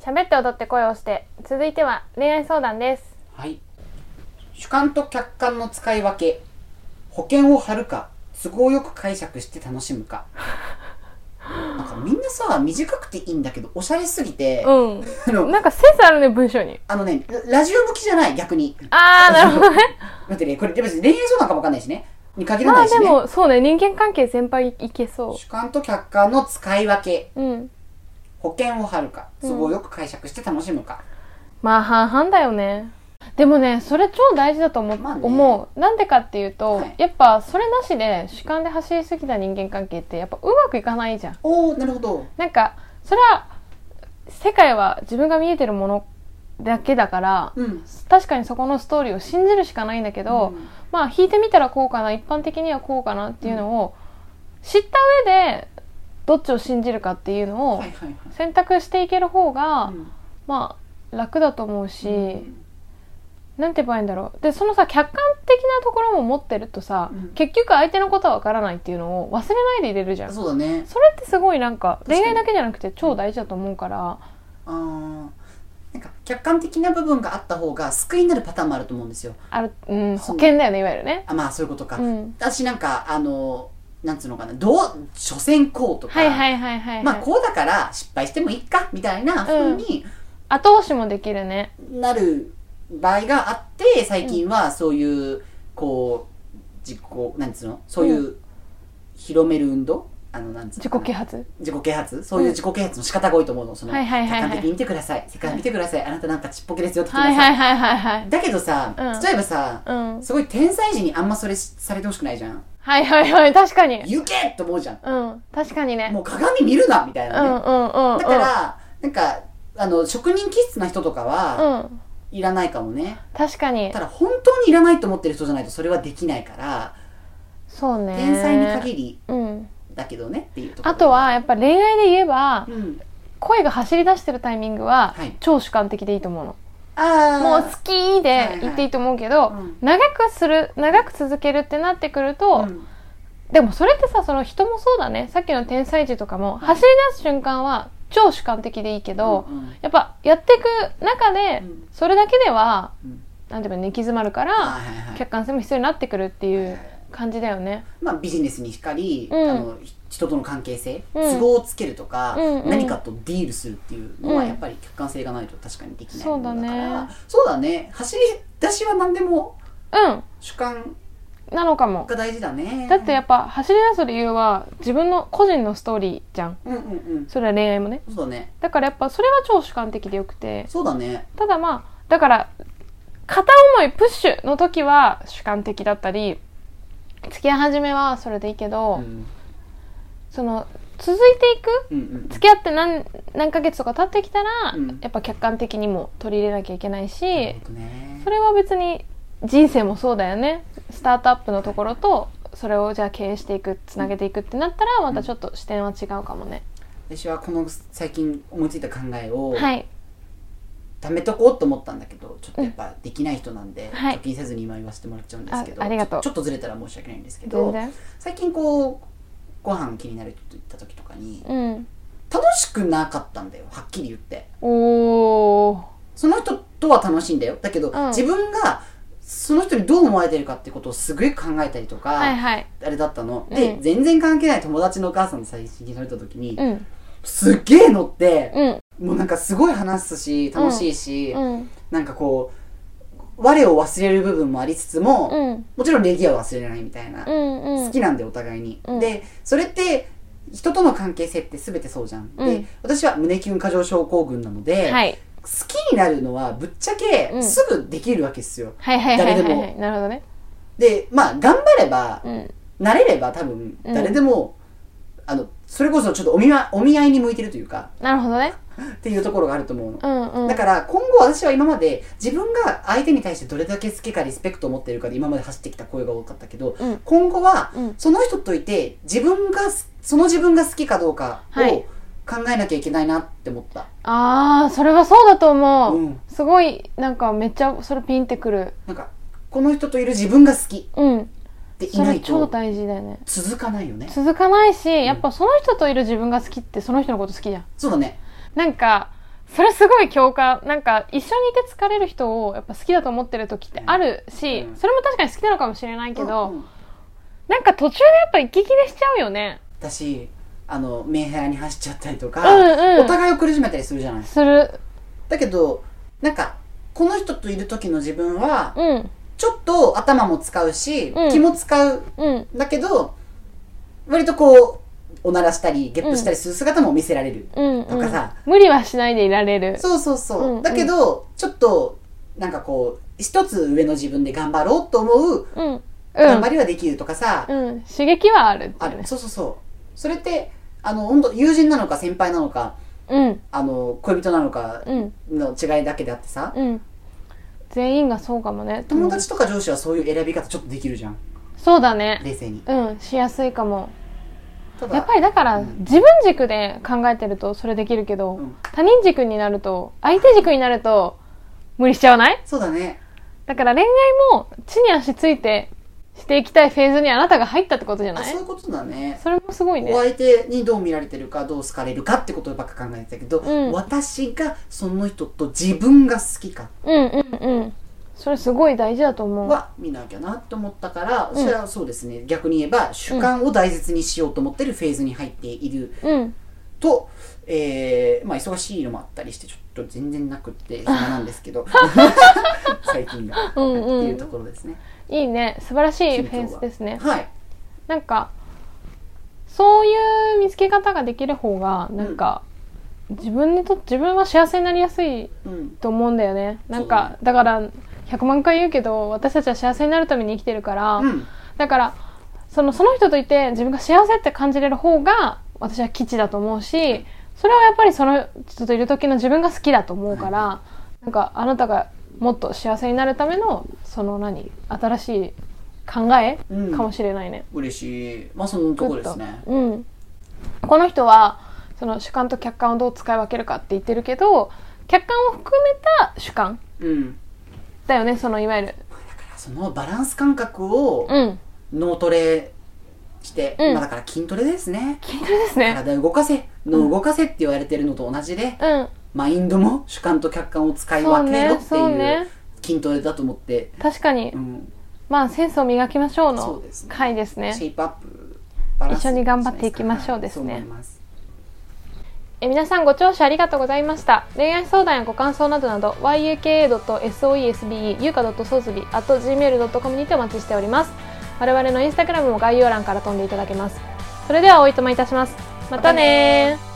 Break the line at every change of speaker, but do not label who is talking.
喋って踊って声をして続いては恋愛相談です
はい。主観と客観の使い分け。保険を張るか、都合よく解釈して楽しむ か。なんかみんなさ、短くていいんだけど、おしゃれすぎて、
う
あ
ん
の、
なんかセンスあるね文章に
あのね、ララジオ向きじゃない、逆に。
ああなるほどね
待ってね、これ、別に恋愛相談かもわかんないしね。に限ら
ま
な
あ
いし
で
ね。
もそうね人間関係全般いけそ
主観と客観の使い分け。
ううん
保険を張るか、都合よく解釈して楽しむか。
まあ半々だよねでもねそれ超大事だと思,、
まあね
思うなんでかっていうと、
はい
やっぱそれなしで主観で走りすぎた人間関係ってやっぱうまくいかないじゃん
おおなるほど。
なんかそれは世界は自分が見えてるものだけだから、
うん。
確かにそこのストーリーを信じるしかないんだけど、
うん
まあ引いてみたらこうかな一般的にはこうかなっていうのを知った上でどっちを信じるかっていうのを
はいはいはい。
選択していける方が、
うん
まあ楽だと思うし、
うん
なんて言えばいいんだろうでそのさ客観的なところも持ってるとさ、
うん
結局相手のことは分からないっていうのを忘れないでいれるじゃん。
そうだね。
それってすごいなんか
確かに
恋愛だけじゃなくて超大事だと思うから、
あーなんか客観的な部分があった方が救いになるパターンもあると思うんですよ。
あるうん、保
そう
険だよねいわゆるね。
あまあそういうことか。
うん
私なんかあのなんつうのかなどう所詮こうとか、
はいはいはいはい、はい
まあこうだから失敗してもいいかみたいな風に
後押しもできるね。
なる場合があって最近はそういうこう自己なんつうのそういう広める運動あのなんつう
自
のかな
己啓発
自己啓発そういう自己啓発の仕方が多いと思うのその
はい
客
はいはいはい
観的に見てください世界を見てくださいあなたなんかちっぽけですよって言っ
は
て
い
くださ
はい
い
はいはいはい。
だけどさ、
うん
例えばさ、
うん。
すごい天才児にあんまそれしされてほしくないじゃん。
はいはいはい、確かに。
行けと思うじゃん。
うん。確かにね。
もう鏡見るなみたい
うん
な
うん
ね。
うんうん。
だから、なんか、あの、職人気質な人とかは、
うん。
いらないかもね。
確かに
た。だ、本当にいらないと思ってる人じゃないとそれはできないから、
そうね。
天才に限
り。
り
うん。
だけどねっていうところ。
あと、は、やっぱ恋愛で言えば
う、ん。
恋が走り出してるタイミングは
はい、
超主観的でいいと思うの。
ああ、
もう好きで言っていいと思うけど、
いはいうん
長くする長く続けるってなってくると、
うん
でもそれってさその人もそうだねさっきの天才児とかも、走り出す瞬間は超主観的でいいけど、
うんうん
やっぱやっていく中で、
うん
それだけでは
うん
なんていうか行き詰まるか
は
ら、
いはいはい。
客観性も必要になってくるっていう感じだよね。
まあ、ビジネスにしかり、
うん
あのひ人との関係性、
うん
都合をつけるとか、
うんうん
何かとディールするっていうのは、
うん
やっぱり客観性がないと確かにできないものだか
そうだ
ら
ね
そうだね走り出しは何でも
う
主観
んなのかも。
が大事だね
だってやっぱ走り出す理由は自分の個人のストーリーじゃん。
うんうんうん
それは恋愛もね。
そうだね
だからやっぱそれは超主観的でよくて。
そうだね
ただまあだから片思いプッシュの時は主観的だったり付き合い始めはそれでいいけど、
うん
その続いていく
うんうん
付き合って何何ヶ月とか経ってきたら、
うん
やっぱ客観的にも取り入れなきゃいけないし、
なるほどね
それは別に人生もそうだよねスタートアップのところとそれをじゃあ経営していくつなげていくってなったらまたちょっと視点は違うかもね、
私はこの最近思いついた考えを
はい
貯めとこうと思ったんだけどちょっとやっぱできない人なんで、
はい
貯金せずに今言わせてもらっちゃうんですけど
あありがとう
ちょっとずれたら申し訳ないんですけ
全
ど
然
最近こうご飯気になる人と行った時とかに
うん
楽しくなかったんだよはっきり言って
おお
その人とは楽しいんだよだけど、
うん
自分がその人にどう思われてるかってことをすごい考えたりとか、
はいはい
あれだったの、
うん
で全然関係ない友達のお母さんの最新に乗れた時に、
うん
すっげえ乗って、
うん
もうなんかすごい話すし楽しいし、
うん
なんかこう我を忘れる部分もありつつも、
うん
もちろん礼儀は忘れないみたいな、
うんうん
好きなんでお互いに、
うん
でそれって人との関係性って全てそうじゃん、
う
で
ん
私は胸キュン過剰症候群なので、
はい
好きになるのはぶっちゃけ
うん
すぐできるわけですよ、
はいはいはいはい
誰
は
でも
いなるほどね
でまあ頑張れば、
うん
慣れれば多分
うん
誰でも、あのそれこそちょっとお見,、ま、お見合いに向いてるというか
なるほどね
っていうところがあると思うの、
うんうん
だから今後私は今まで自分が相手に対してどれだけ好きかリスペクトを持っているかで今まで走ってきた声が多かったけど、
うん
今後は
うん
その人といて自分がその自分が好きかどうか
は
を
い
考えなきゃいけないなって思った、
ああそれはそうだと思う、
うん
すごいなんかめっちゃそれピンってくる
なんかこの人といる自分が好きっ
うん
てい
そ
な
れ
い
超
と
大事だよね
続かないよね
続かないしやっぱその人といる自分が好きってその人のこと好きじゃん
そうだね
なんかそれすごい共感なんか一緒にいて疲れる人をやっぱ好きだと思ってる時ってあるし、
うん
それも確かに好きなのかもしれないけど、
うん
なんか途中でやっぱ息切れしちゃうよね
私あのメンヘラに走っちゃったりとか、
うんうん
お互いを苦しめたりするじゃないですか
する
だけどなんかこの人といる時の自分は
うん
ちょっと頭も使うし、
うん
気も使う
うん
だけど割とこうおならしたりゲップしたりする姿も見せられる、
うん、
と
う
か
ん
さ、
無理はしないでいられる
そうそうそう、
うん
だけどちょっとなんかこう一つ上の自分で頑張ろうと思う
うん
頑張りはできるとかさ、
うん、うん、刺激はあるって
あ
いうね
そうそうそうそれってあの本当友人なのか先輩なのか
うん
あの恋人なのか
うん
の違いだけであってさ、
うん全員がそうかもね
友達とか上司はそういう選び方ちょっとできるじゃん
そうだね
冷静に
うんしやすいかも
ただ
やっぱりだから
うん
自分軸で考えてるとそれできるけど、
うん
他人軸になると相手軸になると無理しちゃわない
そうだね
だから恋愛も地に足ついてしていきたいフェーズにあなたが入ったってことじゃ
あ
ない
そういうことだね
それもすごい
お
ね
相手にどう見られてるかどう好かれるかってことばっか考えてたけど、
うん
私がその人と自分が好きか
うんうんうんそれすごい大事だと思う、
は見なきゃなと思ったから、
ん
それはそうですね逆に言えば主観を大切にしようと思ってるフェーズに入っている
うん
と、えーまあ、忙しいのもあったりしてちょっと全然なくって暇なんです けど最近が、
うんうん
はいっていうところですね
いいね素晴らしいフェーズですね
はい
なんかそういう見つけ方ができる方がなんか、自分にと自分は幸せになりやすい
うん
と思うんだよねなん
そう
か
ね
だから100万回言うけど私たちは幸せになるために生きてるから、
うん
だからそのその人といて自分が幸せって感じれる方が私は基地だと思うしそれはやっぱりその人といる時の自分が好きだと思うから、なんかあなたがもっと幸せになるためのその何新しい考え、
うん
かもしれないね。
嬉しいまあそのところですね
グッとうん、この人はその主観と客観をどう使い分けるかって言ってるけど客観を含めた主観
うん
だよねそのいわゆる
だからそのバランス感覚を
うん
脳トレして、
うん
まあ、だから筋トレですね
筋トレですね
体を動かせ脳を動かせって言われてるのと同じで、
うん
マインドも主観と客観を使い分けろって
そうねそう
いう
ね
筋トレだと思って、
確かに、
うん、
まあセンスを磨きましょう
そう
の
ですね
回ですね
シェイプアップバランス
一緒に頑張っていきましょうですね
はいそう思います
え皆さんご聴取ありがとうございました恋愛相談やご感想などなど yuka.soesbe ゆうか .sosbi gmail.com にてお待ちしております我々のインスタグラムも概要欄から飛んでいただけますそれではおいとまいたしますまたねー